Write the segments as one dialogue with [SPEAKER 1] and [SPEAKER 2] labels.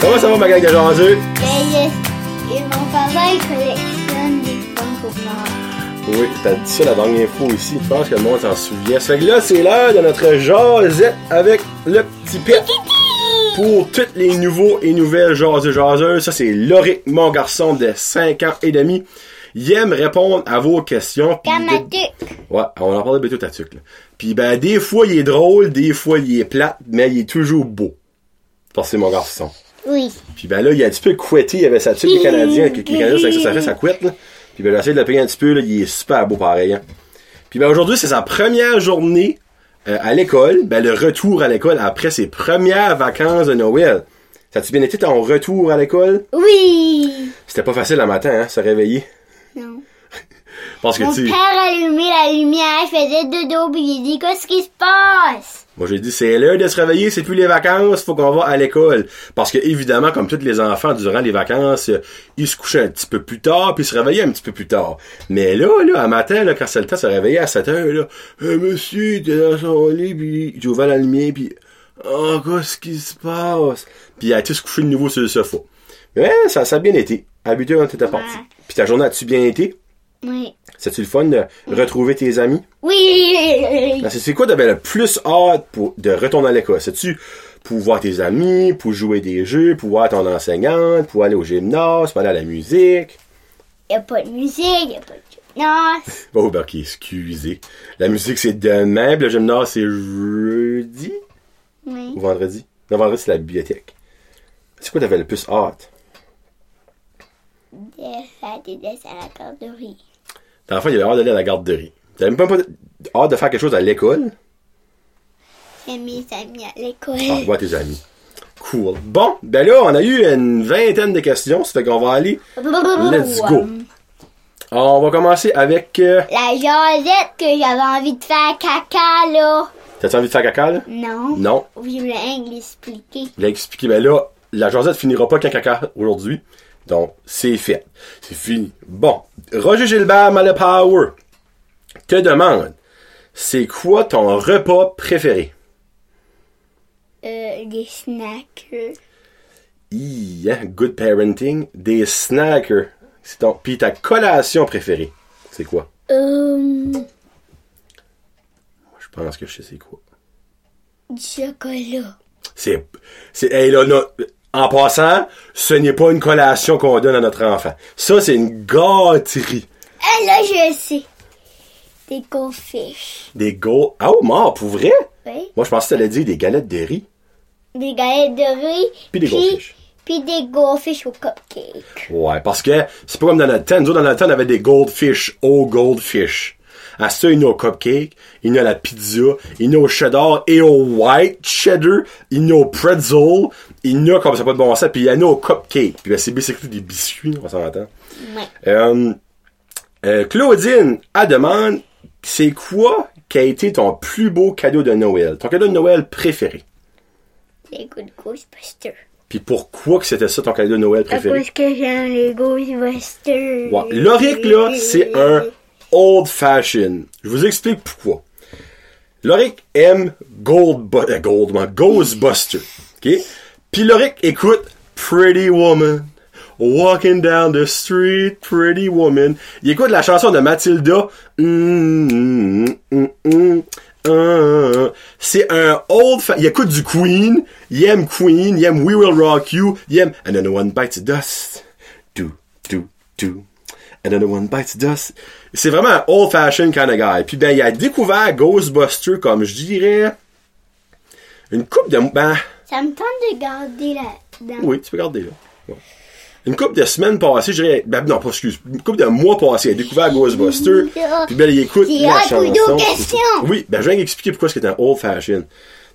[SPEAKER 1] Comment ça va, ma gang de jaseux?
[SPEAKER 2] Ben, euh, et mon papa, il collectionne des pommes pour moi.
[SPEAKER 1] Oui, t'as dit ça la dernière fois aussi. Je pense que le monde s'en souvient. Ça fait que là, c'est l'heure de notre jasette avec le petit pet. Pour tous les nouveaux et nouvelles jaseux jaseux, ça c'est Loric, mon garçon de 5 ans et demi. Il aime répondre à vos questions. puis il dit-
[SPEAKER 2] Kamatuk.
[SPEAKER 1] Ouais, on en parlait bientôt à tuc, là. Puis ben, des fois il est drôle, des fois il est plate, mais il est toujours beau. Parce que c'est mon garçon.
[SPEAKER 2] Oui.
[SPEAKER 1] Puis ben là, il a un petit peu couetté, il avait sa tuque des Canadiens, qui Canadiens, c'est ça, ça fait sa couette, là. Puis ben j'ai essayé de le payer un petit peu, là, il est super beau pareil, hein. Puis ben aujourd'hui, c'est sa première journée euh, à l'école, ben le retour à l'école après ses premières vacances de Noël. Ça a-tu bien été ton retour à l'école?
[SPEAKER 2] Oui.
[SPEAKER 1] C'était pas facile le matin, hein, se réveiller.
[SPEAKER 2] Non.
[SPEAKER 1] Parce que
[SPEAKER 2] Mon
[SPEAKER 1] tu sais,
[SPEAKER 2] père allumait la lumière, il faisait dodo, puis il dit Qu'est-ce qui se passe
[SPEAKER 1] moi j'ai dit, c'est l'heure de se réveiller, c'est plus les vacances, faut qu'on va à l'école. Parce que évidemment, comme tous les enfants, durant les vacances, euh, ils se couchaient un petit peu plus tard, puis ils se réveillaient un petit peu plus tard. Mais là, là, un matin, là, quand c'est le temps de se réveiller à 7 heures, là, Euh, monsieur, il était dans son lit, puis j'ai ouvert la lumière, puis, oh, qu'est-ce qui se passe? Puis il a été se coucher de nouveau sur le sofa. Mais ça, ça a bien été. Habituellement, t'étais parti.
[SPEAKER 2] Ouais.
[SPEAKER 1] Puis ta journée a-tu bien été?
[SPEAKER 2] Oui.
[SPEAKER 1] C'est-tu le fun de retrouver tes amis?
[SPEAKER 2] Oui.
[SPEAKER 1] Parce que Ben, c'est quoi t'avais le plus hâte pour, de retourner à l'école? C'est-tu pour voir tes amis, pour jouer des jeux, pour voir ton enseignante, pour aller au gymnase, pour aller à la musique?
[SPEAKER 2] Il a pas de musique, il a pas de gymnase.
[SPEAKER 1] Oh, ben, ok, excusez. La musique, c'est demain, puis le gymnase, c'est jeudi
[SPEAKER 2] Oui.
[SPEAKER 1] ou vendredi? Non, vendredi, c'est la bibliothèque. C'est quoi t'avais le plus hâte?
[SPEAKER 2] Il fait des dessins à la garderie.
[SPEAKER 1] Dans le fond, il avait hâte d'aller à la garderie. T'avais même pas hâte de faire quelque chose à l'école?
[SPEAKER 2] J'ai mes amis à l'école.
[SPEAKER 1] Ah, voir tes amis. Cool. Bon, ben là, on a eu une vingtaine de questions, ça fait qu'on va aller... Let's go. On va commencer avec... euh,
[SPEAKER 2] La jasette que j'avais envie de faire caca, là.
[SPEAKER 1] T'as-tu envie de faire caca, là?
[SPEAKER 2] Non.
[SPEAKER 1] Non.
[SPEAKER 2] Oui, je voulais l'expliquer.
[SPEAKER 1] Je l'ai expliqué, mais Ben là, la Josette finira pas qu'un caca aujourd'hui. Donc, c'est fait. C'est fini. Bon. Roger Gilbert, Malapower, te demande, c'est quoi ton repas préféré?
[SPEAKER 2] Euh, des snacks. euh.
[SPEAKER 1] Hi, hein, good parenting. Des snackers. C'est ton... Puis ta collation préférée, c'est quoi?
[SPEAKER 2] Euh,
[SPEAKER 1] Je pense que je sais c'est quoi.
[SPEAKER 2] du chocolat.
[SPEAKER 1] C'est. c'est hey, là, là, en passant, ce n'est pas une collation qu'on donne à notre enfant. Ça, c'est une gâterie.
[SPEAKER 2] Ah, là, je sais. Des confiches.
[SPEAKER 1] Des go. Ah, oh, mort, pour vrai?
[SPEAKER 2] Oui.
[SPEAKER 1] Moi, je pensais que t'allais dire des galettes de riz.
[SPEAKER 2] Des galettes de riz.
[SPEAKER 1] Puis des goldfish.
[SPEAKER 2] Puis des goldfish au cupcake.
[SPEAKER 1] Ouais, parce que c'est pas comme dans notre temps. Nous autres, dans notre temps, on avait des goldfish au goldfish. À ça, il y en a au cupcake, il y en a à la pizza, il y en a au cheddar et au white cheddar, il y en a au pretzel, il y en a comme ça pas de bon sens, puis il y en a au cupcake. Puis ben, c'est basically des biscuits, on s'en entend.
[SPEAKER 2] Ouais.
[SPEAKER 1] Euh, euh, Claudine, à demande, c'est quoi qui a été ton plus beau cadeau de Noël? Ton cadeau de Noël préféré?
[SPEAKER 2] Des good Ghostbusters.
[SPEAKER 1] Puis pourquoi que c'était ça ton cadeau de Noël préféré?
[SPEAKER 2] Parce que j'aime les Ghostbusters.
[SPEAKER 1] Ouais. L'oric, là, c'est un old fashion. Je vous explique pourquoi. L'oric aime Gold, euh, Gold, non, Ghostbuster. OK? Puis l'oric écoute Pretty Woman. Walking down the street, pretty woman. Il écoute la chanson de Matilda. Mm, mm, mm, mm, mm. C'est un old fa- Il écoute du Queen. Il aime Queen. Il aime We Will Rock You. Il aime And then one bites the dust. Do, do, do. And then one bites the dust. C'est vraiment un old fashioned kind of guy. Puis ben, il a découvert Ghostbuster comme je dirais. Une coupe de. Ben.
[SPEAKER 2] Ça me tente de garder là-dedans.
[SPEAKER 1] Oui, tu peux garder là. Ouais. Une couple de semaines passées, je dirais. Ben non, pas excuse. Une couple de mois passés, il a découvert Ghostbuster. puis ben, il écoute
[SPEAKER 2] C'est
[SPEAKER 1] la
[SPEAKER 2] hot pour
[SPEAKER 1] chanson.
[SPEAKER 2] nos questions.
[SPEAKER 1] Oui, ben je viens d'expliquer pourquoi c'est un old fashion.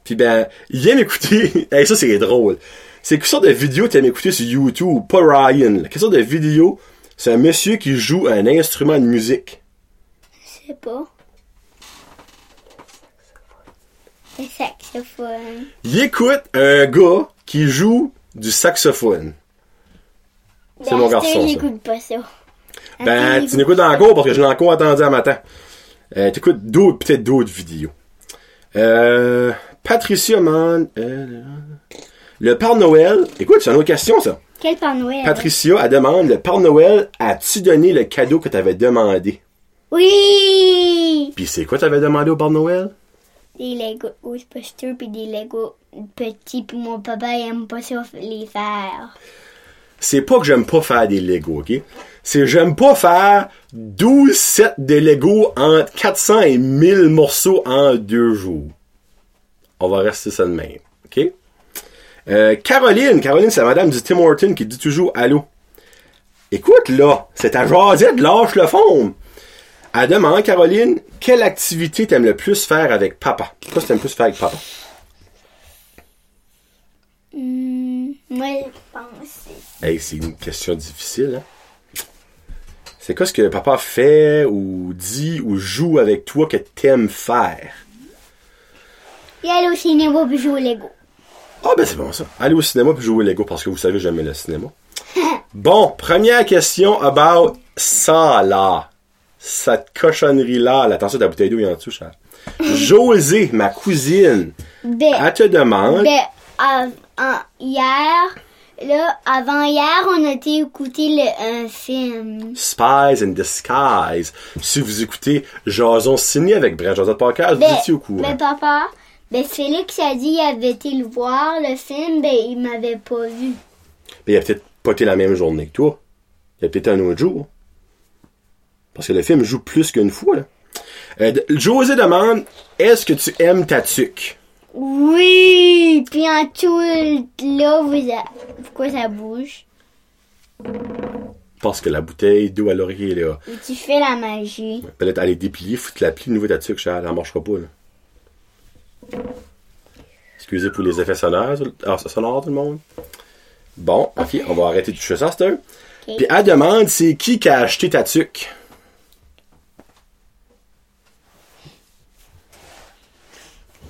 [SPEAKER 1] Puis ben, il aime écouter. hey, ça c'est drôle. C'est quelle sorte de vidéo t'aimes écouter sur YouTube, pas Ryan. là. Quelle sorte de vidéo c'est un monsieur qui joue un instrument de musique.
[SPEAKER 2] Je sais pas. Le saxophone.
[SPEAKER 1] Il écoute un gars qui joue du saxophone. C'est mon
[SPEAKER 2] Ben,
[SPEAKER 1] garçon, ça.
[SPEAKER 2] J'écoute pas ça.
[SPEAKER 1] Ben,
[SPEAKER 2] Attends,
[SPEAKER 1] tu n'écoutes encore parce que je l'ai encore attendu à matin. Euh, T'écoutes d'autres, peut-être d'autres vidéos. Euh, Patricia Man. euh, Le Père Noël, écoute, c'est une autre question, ça.
[SPEAKER 2] Quel Père Noël? hein?
[SPEAKER 1] Patricia, elle demande, le Père Noël, as-tu donné le cadeau que t'avais demandé?
[SPEAKER 2] Oui!
[SPEAKER 1] Puis c'est quoi t'avais demandé au Père Noël?
[SPEAKER 2] Des Lego oh, Ghostbusters puis des Lego petits puis mon papa il aime pas ça les faire.
[SPEAKER 1] C'est pas que j'aime pas faire des Lego, ok? C'est j'aime pas faire 12 sets de Lego en 400 et 1000 morceaux en deux jours. On va rester ça de même, ok? Euh, Caroline, Caroline, c'est la madame du Tim Horton qui dit toujours allô. Écoute, là, c'est ta jasette, lâche le fond. Elle demande, Caroline, quelle activité t'aimes le plus faire avec papa? Quoi t'aimes le plus faire avec papa?
[SPEAKER 2] Hmm, moi je pense.
[SPEAKER 1] Hey, c'est une question difficile, hein? C'est quoi ce que papa fait ou dit ou joue avec toi que t'aimes faire?
[SPEAKER 2] Il allait au cinéma puis jouer au Lego.
[SPEAKER 1] Ah ben c'est bon ça. Allez au cinéma puis jouer au Lego parce que vous savez j'aime le cinéma. bon, première question about ça là. Cette cochonnerie là, là attention ta bouteille d'eau est en dessous, cher. José, ma cousine,
[SPEAKER 2] Ben,
[SPEAKER 1] elle te demande
[SPEAKER 2] ben, av- en- hier, là, avant hier, on a été écouter le, un film.
[SPEAKER 1] Spies in Disguise. Si vous écoutez Jason signé avec Brad Jason Podcast, vous
[SPEAKER 2] Ben,
[SPEAKER 1] étiez au courant.
[SPEAKER 2] ben, papa, ben Félix a dit il avait été le voir le film, ben il m'avait pas vu.
[SPEAKER 1] Mais il a peut-être pas été la même journée que toi. Il a peut-être été un autre jour. Parce que le film joue plus qu'une fois. Là. Euh, de- José demande Est-ce que tu aimes ta tuque
[SPEAKER 2] Oui, puis en tout là, vous a- pourquoi ça bouge
[SPEAKER 1] Parce que la bouteille d'eau à l'oreiller est là.
[SPEAKER 2] Et Tu fais la magie.
[SPEAKER 1] Ben là, aller déplier, foutre la plie de nouveau ta tuque, ça ne marchera pas. Là. Excusez pour les effets sonores, tout le- ah, sonores, tout le monde. Bon, ok, on va arrêter de toucher ça, c'est un. Puis elle demande c'est qui qui a acheté ta tuque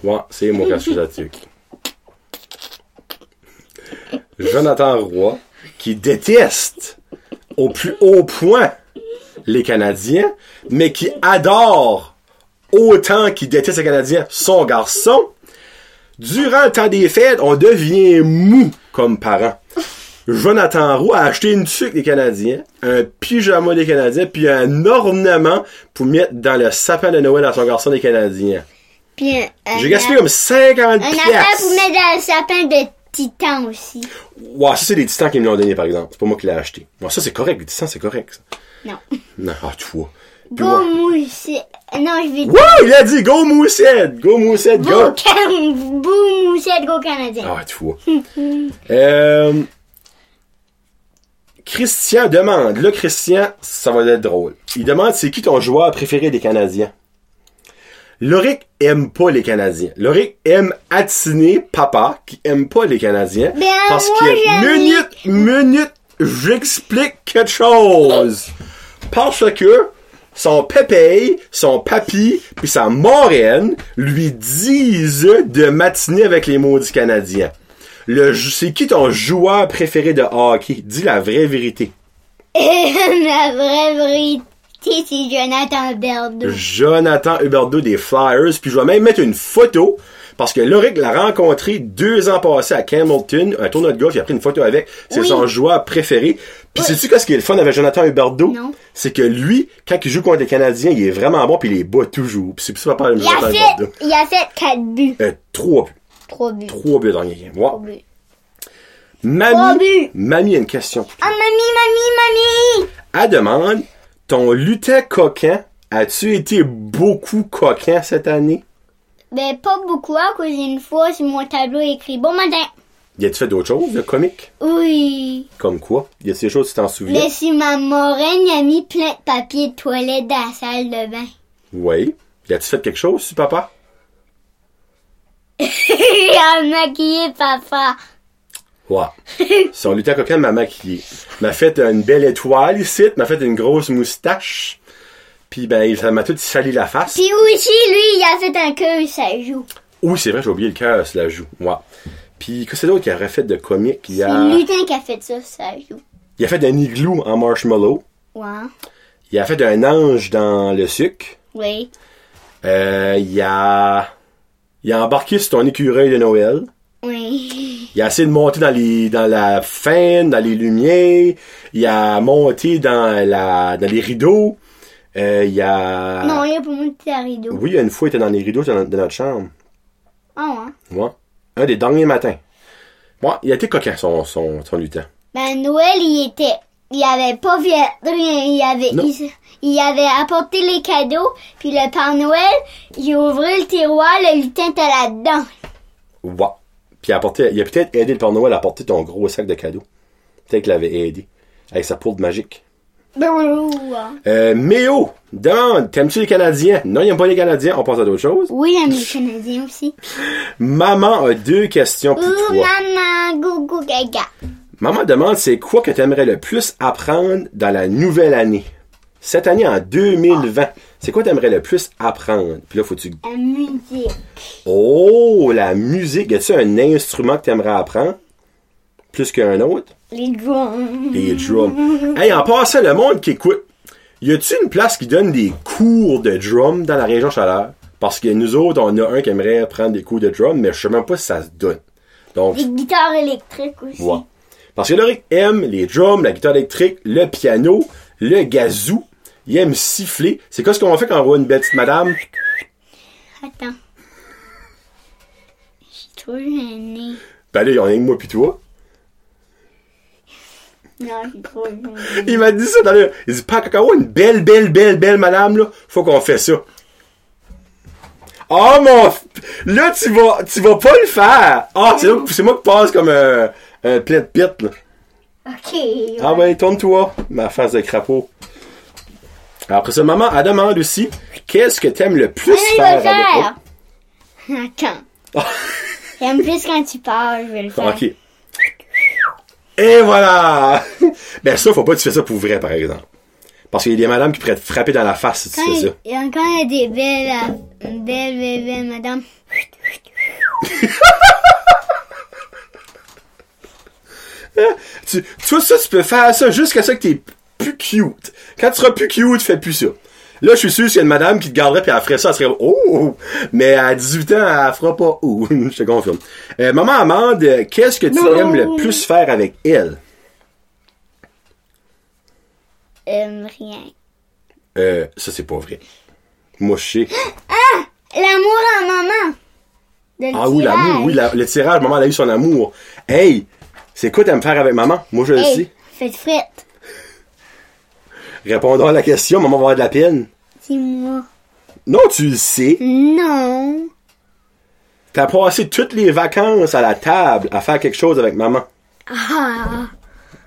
[SPEAKER 1] Ouais, c'est moi qui ai acheté ta tuque. Jonathan Roy, qui déteste au plus haut point les Canadiens, mais qui adore autant qu'il déteste les Canadiens son garçon, durant le temps des fêtes, on devient mou comme parents. Jonathan Roux a acheté une tuque des Canadiens, un pyjama des Canadiens, puis un ornement pour mettre dans le sapin de Noël à son garçon des Canadiens.
[SPEAKER 2] Puis un, un
[SPEAKER 1] J'ai gaspillé
[SPEAKER 2] a-
[SPEAKER 1] comme 50
[SPEAKER 2] un affaire pour
[SPEAKER 1] piastres.
[SPEAKER 2] mettre dans le sapin de titan aussi.
[SPEAKER 1] Ouais, ça c'est des titans qui me l'ont donné par exemple. C'est pas moi qui l'ai acheté. Ouais, ça c'est correct, les titans c'est correct. ça.
[SPEAKER 2] Non.
[SPEAKER 1] Non, ah, tu vois. Puis
[SPEAKER 2] Go
[SPEAKER 1] ouais.
[SPEAKER 2] mousse. Non, je vais dire.
[SPEAKER 1] Wouh! Il a dit Go Mousset! Go Mousset,
[SPEAKER 2] Go,
[SPEAKER 1] go!
[SPEAKER 2] can... Go moussette, go canadien.
[SPEAKER 1] Ah, tu vois. Euh, Christian demande. Là, Christian, ça va être drôle. Il demande c'est qui ton joueur préféré des Canadiens? Loric aime pas les Canadiens. Loric aime attiné papa qui aime pas les Canadiens.
[SPEAKER 2] Ben,
[SPEAKER 1] parce
[SPEAKER 2] moi,
[SPEAKER 1] que
[SPEAKER 2] j'aime
[SPEAKER 1] minute, minute, j'explique quelque chose. Parce que son pépé, son papy, puis sa moraine lui disent de matiner avec les maudits Canadiens. Le, jou- c'est qui ton joueur préféré de hockey? Dis la vraie vérité. Ah.
[SPEAKER 2] La vraie vérité, c'est Jonathan Berdo.
[SPEAKER 1] Jonathan Huberdeau des Flyers. Puis je vais même mettre une photo parce que Loric l'a rencontré deux ans passés à Campbellton, un tournoi de golf, il a pris une photo avec. C'est
[SPEAKER 2] Oui.
[SPEAKER 1] son joueur préféré. Puis sais-tu qu'est-ce qui est le fun avec Jonathan Huberdeau?
[SPEAKER 2] Non.
[SPEAKER 1] C'est que lui, quand il joue contre les Canadiens, il est vraiment bon puis il les bat toujours. Puis c'est pour ça qu'on parle de
[SPEAKER 2] Il a
[SPEAKER 1] Jonathan
[SPEAKER 2] fait,
[SPEAKER 1] Huberdeau.
[SPEAKER 2] il a fait 4 buts.
[SPEAKER 1] Euh, trois buts.
[SPEAKER 2] 3 buts.
[SPEAKER 1] Trois buts dernier game. Wow.
[SPEAKER 2] 3 buts. Trois
[SPEAKER 1] Mamie,
[SPEAKER 2] buts.
[SPEAKER 1] mamie a une question.
[SPEAKER 2] Ah, mamie, mamie, mamie!
[SPEAKER 1] Elle demande, ton lutin coquin, as-tu été beaucoup coquin cette année?
[SPEAKER 2] Ben, pas beaucoup, à cause une fois, sur mon tableau il écrit Bon matin.
[SPEAKER 1] Y a-tu fait d'autres choses de comique?
[SPEAKER 2] Oui.
[SPEAKER 1] Comme quoi? Y a des choses tu t'en souviens?
[SPEAKER 2] Mais si ma moraine a mis plein de papier de toilette dans la salle de bain.
[SPEAKER 1] Oui. Y a-tu fait quelque chose, sur papa?
[SPEAKER 2] Il a maquillé papa.
[SPEAKER 1] Ouais. Son lutin coquin m'a maquillé. M'a fait une belle étoile ici, m'a fait une grosse moustache. Puis ben, il- ça m'a tout sali la face.
[SPEAKER 2] Puis aussi, lui, il a fait un cœur, ça joue.
[SPEAKER 1] Oui, c'est vrai, j'ai oublié le cœur, ça la joue. Ouais. Puis, qu'est-ce que c'est d'autre qu'il aurait fait de comique? Il
[SPEAKER 2] C'est
[SPEAKER 1] a,
[SPEAKER 2] lutin qui a fait ça, ça joue.
[SPEAKER 1] il a fait un igloo en marshmallow.
[SPEAKER 2] Ouais.
[SPEAKER 1] Il a fait un ange dans le sucre.
[SPEAKER 2] Oui.
[SPEAKER 1] Euh, il a... Il a embarqué sur ton écureuil de Noël.
[SPEAKER 2] Oui.
[SPEAKER 1] Il a essayé de monter dans les dans la faine, dans les lumières. Il a monté dans la dans les rideaux. Euh, il a.
[SPEAKER 2] Non, il y a pas monté à rideau.
[SPEAKER 1] Oui, une fois, il était dans les rideaux dans, dans notre chambre.
[SPEAKER 2] Ah ouais.
[SPEAKER 1] Ouais. Un des derniers matins. Ouais, il a été coquin, son, son, son lutin.
[SPEAKER 2] Ben Noël, il était, il avait pas vu rien, il avait,
[SPEAKER 1] Non.
[SPEAKER 2] il, il avait apporté les cadeaux, puis le Père Noël, il ouvrait le tiroir, le lutin était là-dedans.
[SPEAKER 1] Ouais. Puis il a, apporté- il a peut-être aidé le Père Noël à porter ton gros sac de cadeaux. Peut-être qu'il l'avait aidé. Avec sa poudre magique.
[SPEAKER 2] Bonjour.
[SPEAKER 1] Euh, Méo, demande, t'aimes-tu les Canadiens? Non, il n'aime pas les Canadiens, on passe à d'autres choses.
[SPEAKER 2] Oui, j'aime les Canadiens aussi.
[SPEAKER 1] Maman a deux questions pour
[SPEAKER 2] Ouh,
[SPEAKER 1] toi.
[SPEAKER 2] maman, gougou, gaga.
[SPEAKER 1] Maman demande, c'est quoi que t'aimerais le plus apprendre dans la nouvelle année? Cette année, en 2020, c'est quoi t'aimerais le plus apprendre? Puis là, faut-tu...
[SPEAKER 2] La musique.
[SPEAKER 1] Oh, la musique! Y a-tu un instrument que t'aimerais apprendre? Plus qu'un autre?
[SPEAKER 2] Les drums.
[SPEAKER 1] Les drums. Hey, en passant, le monde qui écoute, y a-tu une place qui donne des cours de drum dans la région chaleur? Parce que nous autres, on a un qui aimerait prendre des cours de drum, mais je sais même pas si ça se donne. Donc,
[SPEAKER 2] Les guitares électriques aussi.
[SPEAKER 1] ouais. Parce que Loric aime les drums, la guitare électrique, le piano, le gazou. Il aime siffler. C'est quoi ce qu'on fait quand on voit une belle petite madame?
[SPEAKER 2] Attends. Je suis trop gênée.
[SPEAKER 1] Ben là, on est que moi pis toi.
[SPEAKER 2] Non, je suis trop gênée.
[SPEAKER 1] Il m'a dit ça dans le... Il dit, pas quand on voit une belle, belle, belle, belle madame, là, faut qu'on fait ça. Oh mon... f- Là, tu vas, tu vas pas le faire. Ah, c'est là que- c'est moi qui passe comme un, un plein de pit, là.
[SPEAKER 2] Ok.
[SPEAKER 1] Ah ben, tourne-toi, ma face de crapaud. Après ça, maman, elle demande aussi, qu'est-ce que t'aimes le plus
[SPEAKER 2] Ah, il va
[SPEAKER 1] faire?
[SPEAKER 2] le
[SPEAKER 1] avec- Oh.
[SPEAKER 2] faire. Attends. J'aime plus quand tu parles, je vais le
[SPEAKER 1] Oh,
[SPEAKER 2] faire.
[SPEAKER 1] ok. Et voilà! ben ça, faut pas que tu fasses ça pour vrai, par exemple. Parce qu'il y a des madames qui pourraient te frapper dans la face si tu
[SPEAKER 2] Quand
[SPEAKER 1] fais ça.
[SPEAKER 2] il, y a- quand il y a des belles, euh, belles, belles, belles, madame.
[SPEAKER 1] Tu, tu vois, ça, tu peux faire ça jusqu'à ce que t'es plus cute. Quand tu seras plus cute, fais plus ça. Là, je suis sûr qu'il y a une madame qui te garderait puis elle ferait ça, elle serait Oh! Mais à 18 ans, elle fera pas Oh! je te confirme. Euh, maman Amande, euh, qu'est-ce que tu
[SPEAKER 2] Non.
[SPEAKER 1] aimes le plus faire avec elle?
[SPEAKER 2] Euh, rien.
[SPEAKER 1] Euh, ça, c'est pas vrai. Moi, je sais.
[SPEAKER 2] L'amour à maman. De le
[SPEAKER 1] Ah oui,
[SPEAKER 2] tirage.
[SPEAKER 1] l'amour, oui, la- le tirage, maman, elle a eu son amour. Hey! C'est quoi t'aimes faire avec maman? Moi, je le
[SPEAKER 2] Hey,
[SPEAKER 1] sais.
[SPEAKER 2] faites frette.
[SPEAKER 1] Répondons à la question, maman va avoir de la peine.
[SPEAKER 2] Dis-moi.
[SPEAKER 1] Non, tu le sais.
[SPEAKER 2] Non.
[SPEAKER 1] T'as passé toutes les vacances à la table à faire quelque chose avec maman.
[SPEAKER 2] Ah.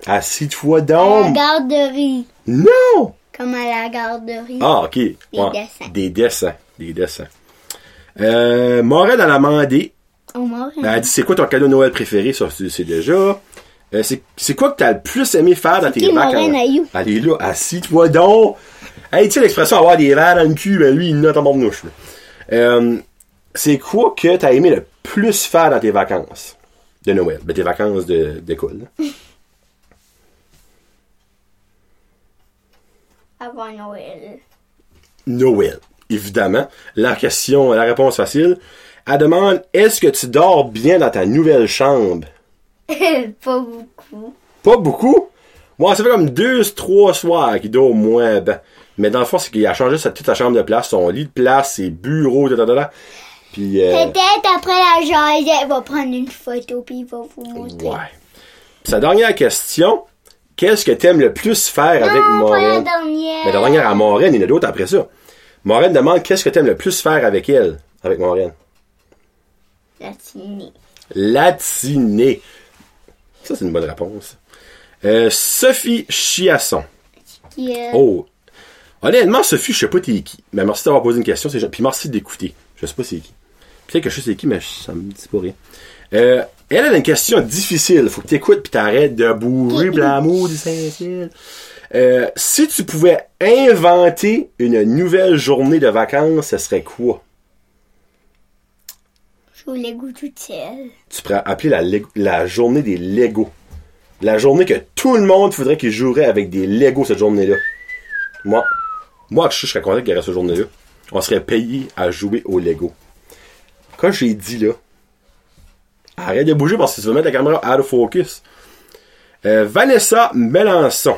[SPEAKER 1] Assis-toi
[SPEAKER 2] À la
[SPEAKER 1] donc.
[SPEAKER 2] garderie.
[SPEAKER 1] Non!
[SPEAKER 2] Comme à la garderie.
[SPEAKER 1] Ah, ok. Des
[SPEAKER 2] dessins.
[SPEAKER 1] Des dessins. Des dessins. Euh, Morel, elle a demandé.
[SPEAKER 2] Au moins.
[SPEAKER 1] Ben, Elle a dit, c'est quoi ton cadeau de Noël préféré? Ça, tu le sais déjà. Euh, c'est c'est quoi que t'as le plus aimé faire dans tes
[SPEAKER 2] qui,
[SPEAKER 1] vacances?
[SPEAKER 2] Morel, Ayou?
[SPEAKER 1] Elle est là. Assis-toi donc. Hey, tu sais l'expression avoir des verres dans le cul, ben lui, il note en mon mouche. là. Euh, c'est quoi que t'as aimé le plus faire dans tes vacances de Noël? Ben, tes vacances de- d'école. là.
[SPEAKER 2] Avant Noël.
[SPEAKER 1] Noël, évidemment. La question, la réponse facile. Elle demande Est-ce que tu dors bien dans ta nouvelle chambre
[SPEAKER 2] Pas beaucoup.
[SPEAKER 1] Pas beaucoup. Moi, ça fait comme deux, trois soirs qu'il dort moins. bien. mais dans le fond, c'est qu'il a changé sa, toute sa chambre de place, son lit de place, ses bureaux, ta, ta, ta, ta. Puis. euh,
[SPEAKER 2] Peut-être après la jaillette, il va prendre une photo puis il va vous montrer.
[SPEAKER 1] ouais. Puis sa dernière question Qu'est-ce que t'aimes le plus faire avec
[SPEAKER 2] non, Ah, pas la
[SPEAKER 1] Maureen
[SPEAKER 2] dernière.
[SPEAKER 1] Mais la dernière à Maureen, il y en a d'autres après ça. Maureen demande Qu'est-ce que t'aimes le plus faire avec elle Avec Maureen.
[SPEAKER 2] La tinée.
[SPEAKER 1] Latiné. Ça, c'est une bonne réponse. Euh, Sophie Chiasson.
[SPEAKER 2] Qui, euh,
[SPEAKER 1] Oh. Honnêtement, Sophie, je sais pas t'es qui. Mais merci d'avoir posé une question. c'est gen- Puis merci d'écouter. Je sais pas c'est qui. Peut-être que je sais c'est qui, mais ça me dit pas rien. Euh, elle elle a une question difficile. Faut que t'écoutes puis t'arrêtes de bourrer pis l'amour du Saint-Cyr. Euh, si tu pouvais inventer une nouvelle journée de vacances, ce serait quoi?
[SPEAKER 2] Je voulais goûter de sel.
[SPEAKER 1] tu pourrais appeler la, Lego- la journée des Legos. La journée que tout le monde voudrait qu'il jouerait avec des Legos cette journée-là. Moi, moi, je serais content qu'il y aurait cette journée-là. On serait payé à jouer aux Legos. Quand j'ai dit là, Arrête de bouger parce que tu vas mettre la caméra out of focus. Euh, Vanessa Melançon.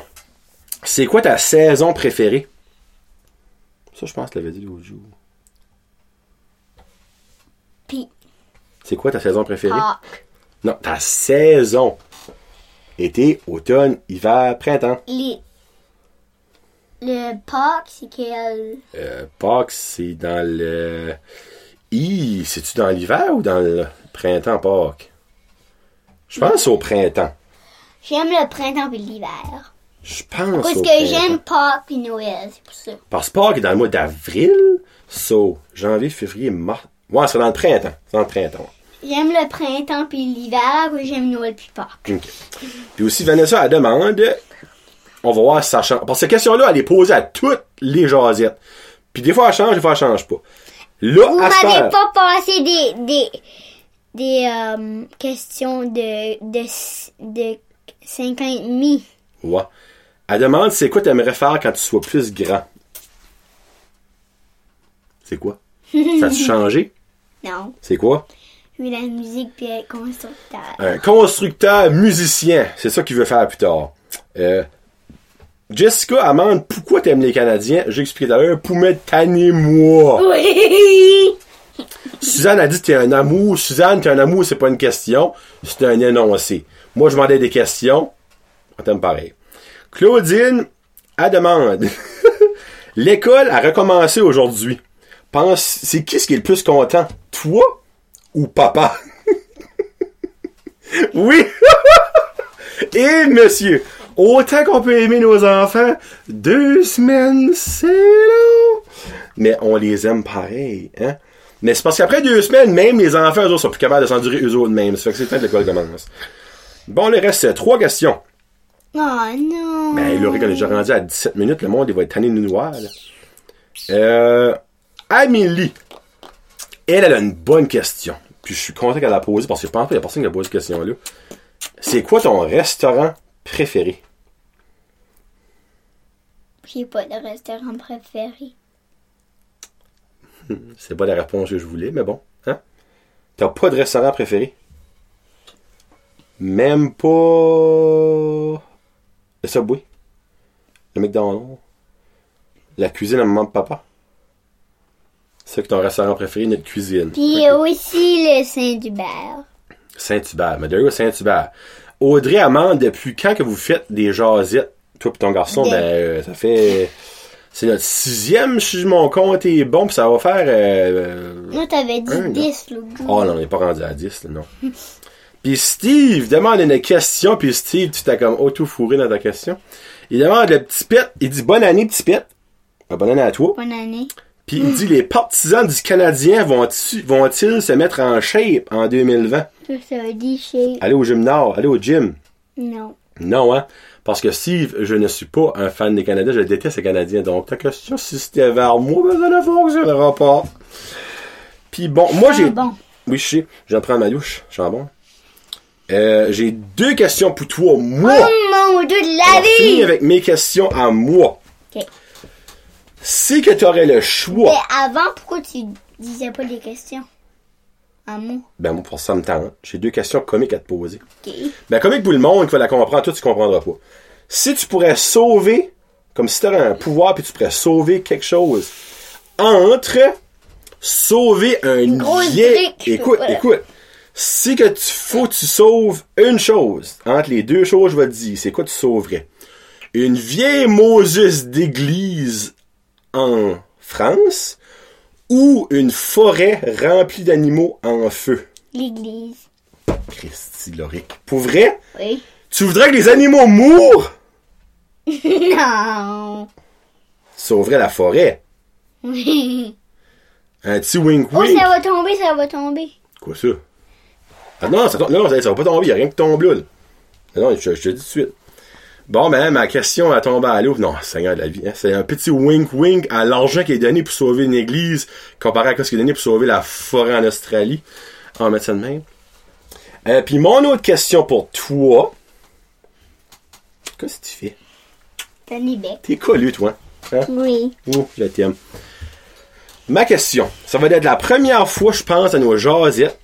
[SPEAKER 1] C'est quoi ta saison préférée? Ça, je pense que tu l'avais dit l'autre jour.
[SPEAKER 2] Puis,
[SPEAKER 1] C'est quoi ta saison préférée?
[SPEAKER 2] ah,
[SPEAKER 1] Non, ta saison. Été, automne, hiver, printemps.
[SPEAKER 2] les... le parc, c'est quel.
[SPEAKER 1] Euh, Pâques, c'est dans le... I, c'est-tu dans l'hiver ou dans le printemps, Pâques? Je pense au printemps.
[SPEAKER 2] J'aime le printemps et l'hiver.
[SPEAKER 1] Je pense
[SPEAKER 2] Parce
[SPEAKER 1] au
[SPEAKER 2] que
[SPEAKER 1] printemps.
[SPEAKER 2] j'aime Pâques et Noël, c'est pour ça.
[SPEAKER 1] Parce que Pâques est dans le mois d'avril. So, janvier, février, mars. Ouais, c'est dans le printemps. C'est dans le printemps.
[SPEAKER 2] J'aime le printemps puis l'hiver, ou j'aime Noël puis Pâques.
[SPEAKER 1] OK. Puis aussi, Vanessa, elle demande, on va voir si ça change. Parce que cette question-là, elle est posée à toutes les jasettes. Puis des fois, elle change, des fois, elle change pas. Là,
[SPEAKER 2] Vous
[SPEAKER 1] à cette heure-
[SPEAKER 2] m'avez pas passé des des des euh, questions de de c- de 5 ans et demi.
[SPEAKER 1] Ouais. Elle demande, c'est quoi t'aimerais faire quand tu sois plus grand? C'est quoi? Ça a-tu changé?
[SPEAKER 2] Non,
[SPEAKER 1] C'est quoi?
[SPEAKER 2] vu la musique puis être constructeur.
[SPEAKER 1] Un constructeur musicien. C'est ça qu'il veut faire plus tard. Euh, Jessica Amande, pourquoi t'aimes les Canadiens? J'ai expliqué tout à l'heure. Pour me tanner, moi.
[SPEAKER 2] Oui.
[SPEAKER 1] Suzanne a dit t'es un amour. Suzanne, t'es un amour, c'est pas une question. C'est un énoncé. Moi, je demandais des questions. On t'aime pareil. Claudine, à demande. L'école a recommencé aujourd'hui. Pense, c'est qui ce qui est le plus content? Toi ou papa? oui! Et monsieur, autant qu'on peut aimer nos enfants, deux semaines, c'est long! Mais on les aime pareil, hein? Mais c'est parce qu'après deux semaines, même les enfants, eux autres, sont plus capables de s'endurer eux autres mêmes. Ça fait que c'est le temps que l'école commence. Bon, il reste euh, trois questions.
[SPEAKER 2] Oh non.
[SPEAKER 1] Ben, Laurie, quand est déjà rendu à 17 minutes, le monde, il va être tanné de nous voir, là. Euh, Amélie, elle, elle a une bonne question. Puis je suis content qu'elle a posé parce que je pense pas qu'il y a personne qui a posé cette question-là. C'est quoi ton restaurant préféré?
[SPEAKER 2] J'ai pas de restaurant préféré.
[SPEAKER 1] C'est pas la réponse que je voulais, mais bon. Hein? T'as pas de restaurant préféré? Même pas. Le Subway? Le McDonald's? La cuisine à maman de papa? C'est que ton restaurant préféré, notre cuisine.
[SPEAKER 2] Puis aussi le Saint-Hubert.
[SPEAKER 1] Saint-Hubert. Mais d'ailleurs, Saint-Hubert. Audrey Amande, depuis quand que vous faites des jasettes, toi et ton garçon,
[SPEAKER 2] Des-
[SPEAKER 1] ben, euh, ça fait. C'est notre sixième, si mon compte est bon, puis ça va faire. euh,
[SPEAKER 2] Nous t'avais dit
[SPEAKER 1] Un,
[SPEAKER 2] 10 l'autre jour.
[SPEAKER 1] Oh non, on n'est pas rendu à 10, là, non. puis Steve demande une question, puis Steve, tu t'as comme auto-fourré dans ta question. Il demande le petit pet, il dit bonne année, petit pet. Ah, Bonne année à toi.
[SPEAKER 2] Bonne année.
[SPEAKER 1] Puis il dit les partisans du Canadien vont-tu- vont-ils se mettre en shape en 2020?
[SPEAKER 2] Tout ça dit chez.
[SPEAKER 1] Allez au gym nord, allez au gym.
[SPEAKER 2] Non.
[SPEAKER 1] Non, hein? Parce que Steve, je ne suis pas un fan des Canadiens, je déteste les Canadiens. Donc, ta question, si c'était vers moi, ben, ça ne fonctionnera pas. Puis bon, moi, j'ai...
[SPEAKER 2] Ah, bon.
[SPEAKER 1] Oui, je sais. J'en prends ma douche. Chambon. Euh, j'ai deux questions pour toi, moi.
[SPEAKER 2] Oh mon dieu de
[SPEAKER 1] On
[SPEAKER 2] la
[SPEAKER 1] finit
[SPEAKER 2] vie!
[SPEAKER 1] avec mes questions à moi.
[SPEAKER 2] Ok.
[SPEAKER 1] Si que t'aurais le choix,
[SPEAKER 2] Mais avant, pourquoi tu disais pas les questions? Ah, À moi.
[SPEAKER 1] ben moi pour ça me tente. J'ai deux questions comiques à te poser.
[SPEAKER 2] Ok.
[SPEAKER 1] Ben comique pour le monde qui va la comprendre, toi tu comprendras pas. Si tu pourrais sauver, comme si t'avais un pouvoir puis tu pourrais sauver quelque chose, entre sauver un
[SPEAKER 2] grosse
[SPEAKER 1] vieil,
[SPEAKER 2] brique, je peux
[SPEAKER 1] écoute,
[SPEAKER 2] pas la-
[SPEAKER 1] écoute. Si que tu faut que tu sauves une chose, entre les deux choses, je vais te dire, c'est quoi tu sauverais? Une vieille Moses d'église en France ou une forêt remplie d'animaux en feu?
[SPEAKER 2] L'église.
[SPEAKER 1] Christy Loric. Pour vrai?
[SPEAKER 2] Oui.
[SPEAKER 1] Tu voudrais que les animaux mourent?
[SPEAKER 2] Non.
[SPEAKER 1] Sauverait la forêt.
[SPEAKER 2] Oui.
[SPEAKER 1] Un petit wink
[SPEAKER 2] Oh,
[SPEAKER 1] wink.
[SPEAKER 2] ça va tomber, ça va tomber.
[SPEAKER 1] Quoi ça? Ah non, ça, tombe- non, ça, ça va pas tomber, y a rien qui tombe là. là. Non, je, je te dis tout de suite. Bon, ben, ma question a tombé à l'eau. Non, Seigneur de la vie. hein. C'est un petit wink wink à l'argent qui est donné pour sauver une église comparé à ce qui est donné pour sauver la forêt en Australie. On va mettre ça de même. Euh, Puis mon autre question pour toi. Qu'est-ce que tu fais?
[SPEAKER 2] T'as des becs.
[SPEAKER 1] T'es collé, toi. Hein?
[SPEAKER 2] Oui.
[SPEAKER 1] Oh, je t'aime. Ma question, ça va être la première fois, je pense, à nos jasettes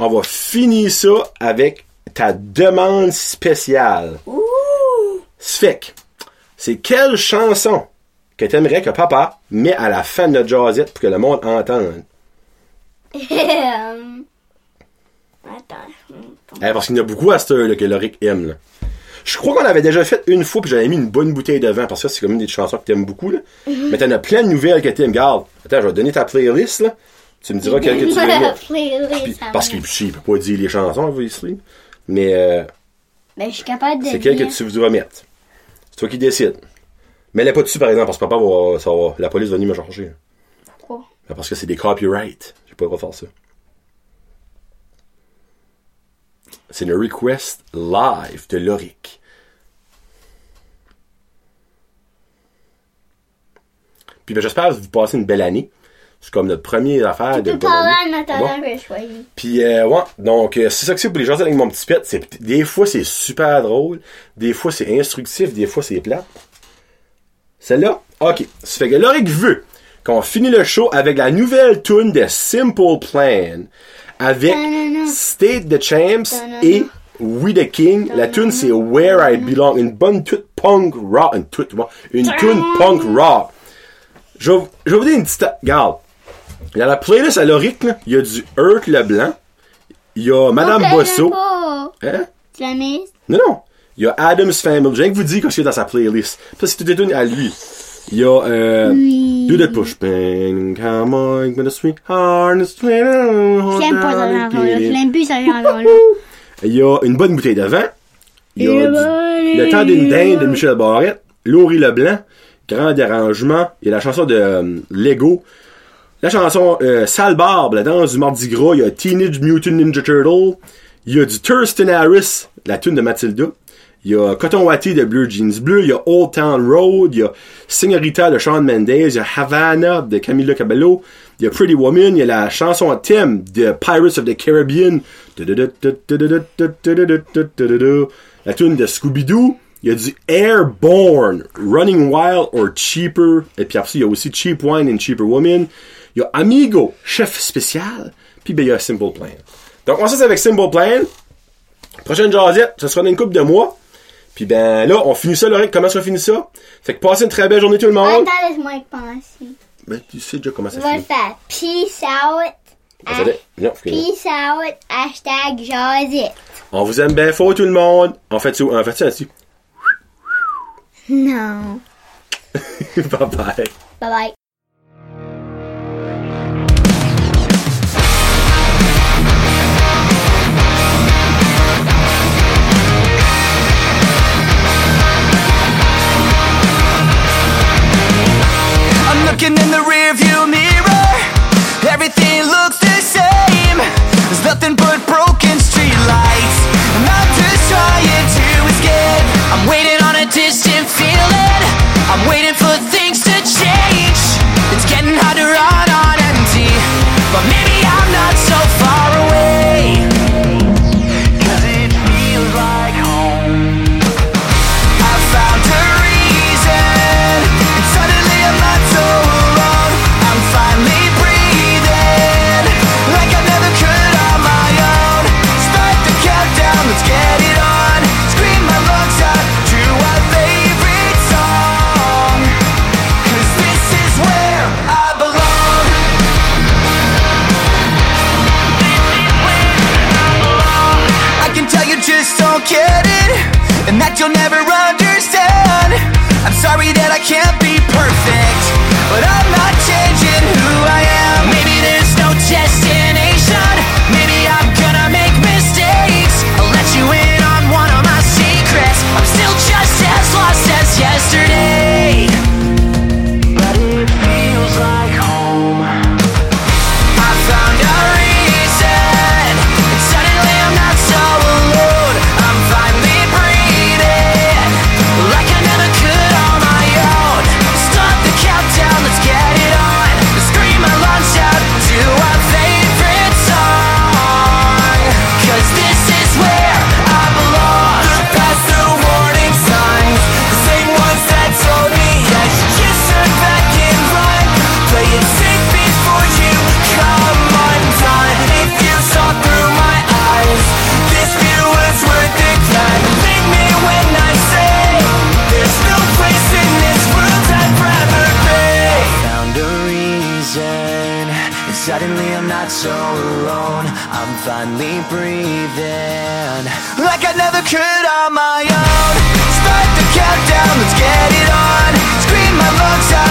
[SPEAKER 1] On va finir ça avec ta demande spéciale.
[SPEAKER 3] Ouh!
[SPEAKER 1] Sfec, c'est quelle chanson que t'aimerais que papa met à la fin de notre jazzette pour que le monde entende?
[SPEAKER 3] Euh, Attends. je-
[SPEAKER 1] Eh, parce qu'il y en a beaucoup à cette heure-là que Loric aime. Là. Je crois qu'on l'avait déjà fait une fois, puis j'avais mis une bonne bouteille de vin, parce que ça, c'est comme une des chansons que t'aimes beaucoup. Là.
[SPEAKER 2] Mhm.
[SPEAKER 1] Mais t'en as plein de nouvelles que t'aimes. Garde, attends, je vais te donner ta playlist. Là. Tu me diras quelle que tu veux
[SPEAKER 2] Voilà,
[SPEAKER 1] mettre.
[SPEAKER 2] playlist,
[SPEAKER 1] Puis-
[SPEAKER 2] ça
[SPEAKER 1] parce
[SPEAKER 2] va.
[SPEAKER 1] qu'il il peut pas dire les chansons, obviously. Mais euh,
[SPEAKER 2] Ben, je suis capable de.
[SPEAKER 1] c'est quelle que
[SPEAKER 2] dire.
[SPEAKER 1] tu voudras mettre. C'est toi qui décides. Mais la pas dessus, par exemple, parce que papa va, ça va- la police va venir me chercher.
[SPEAKER 3] Pourquoi?
[SPEAKER 1] Ben, Parce que c'est des copyrights. J'ai pas le droit de faire ça. C'est le request live de Loric. Puis ben, j'espère que vous passez une belle année. C'est comme notre première affaire de
[SPEAKER 2] Tu
[SPEAKER 1] bonne
[SPEAKER 2] parles en
[SPEAKER 1] année.
[SPEAKER 2] attendant
[SPEAKER 1] Bon.
[SPEAKER 2] que je choisis.
[SPEAKER 1] Puis euh, ouais, donc euh, c'est ça que c'est pour les gens avec mon petit pet. C'est, des fois c'est super drôle, des fois c'est instructif, des fois c'est plate. Celle-là, ok. Ça fait que Loric veut qu'on finisse le show avec la nouvelle tune de Simple Plan avec
[SPEAKER 2] Ta-na-na.
[SPEAKER 1] State the Champs
[SPEAKER 2] Ta-na-na.
[SPEAKER 1] et We the King. La tune c'est Where I Belong, une bonne tune punk rock, une tune, une tune punk rock. Je vais vous- je vais vous dire une petite. Regarde. Dans la playlist à Loric, là, il y a du Hurt Leblanc. Il y a Madame
[SPEAKER 2] Je l'aime
[SPEAKER 1] Bosso.
[SPEAKER 2] pas.
[SPEAKER 1] Hein?
[SPEAKER 2] Tu la mets?
[SPEAKER 1] Non, non. Il y a Adam's Family. Je viens que vous dire qu'est-ce qu'il y a dans sa playlist. Ça, c'est tout des tunes à lui. Il y a... Euh,
[SPEAKER 2] Oui.
[SPEAKER 1] Do the push pin, come on, with a sweet harness, Je
[SPEAKER 2] Je l'aime pas dans la là. Je l'aime plus dans la
[SPEAKER 1] Il y a une bonne bouteille de vin. Il y a
[SPEAKER 2] Et
[SPEAKER 1] du-
[SPEAKER 2] voilà.
[SPEAKER 1] Le temps d'une dinde de Michel Barrette. Laurie Leblanc. Grand dérangement. Il y a la chanson de euh, Lego. La chanson euh, Sale Barbe, la danse du Mardi Gras. Il y a Teenage Mutant Ninja Turtle. Il y a du Thurston Harris, la tune de Mathilda. Il y a Cotton Watty de Blue Jeans Bleu. Il y a Old Town Road. Il y a Signorita de Sean Mendes. Il y a Havana de Camila Cabello. Il y a Pretty Woman. Il y a la chanson à thème de Pirates of the Caribbean. La tune de Scooby-Doo. Il y a du Airborne, Running Wild or Cheaper. Et puis après ça, il y a aussi Cheap Wine and Cheaper Woman. Il y a Amigo, chef spécial. Puis ben, il y a Simple Plan. Donc on s'est avec Simple Plan. Prochaine jasette, ce sera dans une couple de mois. Puis ben là, on finit ça, Lorette. Comment ça finit ça? Fait que passez une très belle journée tout le monde.
[SPEAKER 2] Attends, laisse-moi y penser.
[SPEAKER 1] Ben, tu sais déjà comment ça
[SPEAKER 2] Je vais le
[SPEAKER 1] finit.
[SPEAKER 2] faire. Peace out.
[SPEAKER 1] Attendez. Non, excusez-moi.
[SPEAKER 2] Peace out. Hashtag jasit.
[SPEAKER 1] on vous aime bien fort tout le monde. En fait, on fait ça là-dessus.
[SPEAKER 2] Non.
[SPEAKER 1] bye bye.
[SPEAKER 2] Bye bye.
[SPEAKER 4] I'm looking in the rearview mirror. Everything looks the same. There's nothing but broken streetlights. And I'm just trying to escape. I'm waiting on a distant feeling. I'm waiting for things to change. It's getting hard to run on empty. But maybe I'm not so far away. Cause it feels like home. I found a reason, and suddenly I'm not so alone. I'm finally breathing, like I never could on my own. Start the countdown, let's get it on. Scream my lungs out to our favorite song, 'Cause this is where I belong. I can tell you just don't get it, and that you'll never understand. I'm sorry that I can't be perfect, but I'm not changing who I am. Maybe there's no destination, maybe I'm gonna make mistakes. I'll let you in on one of my secrets. I'm still just as lost as yesterday, but it feels like home. I found a reason. Suddenly I'm not so alone. I'm finally breathing like I never could on my own. Start the countdown, let's get it on. Scream my lungs out to our favorite. I'm finally breathing like I never could on my own. Start the countdown, let's get it on. Scream my lungs out.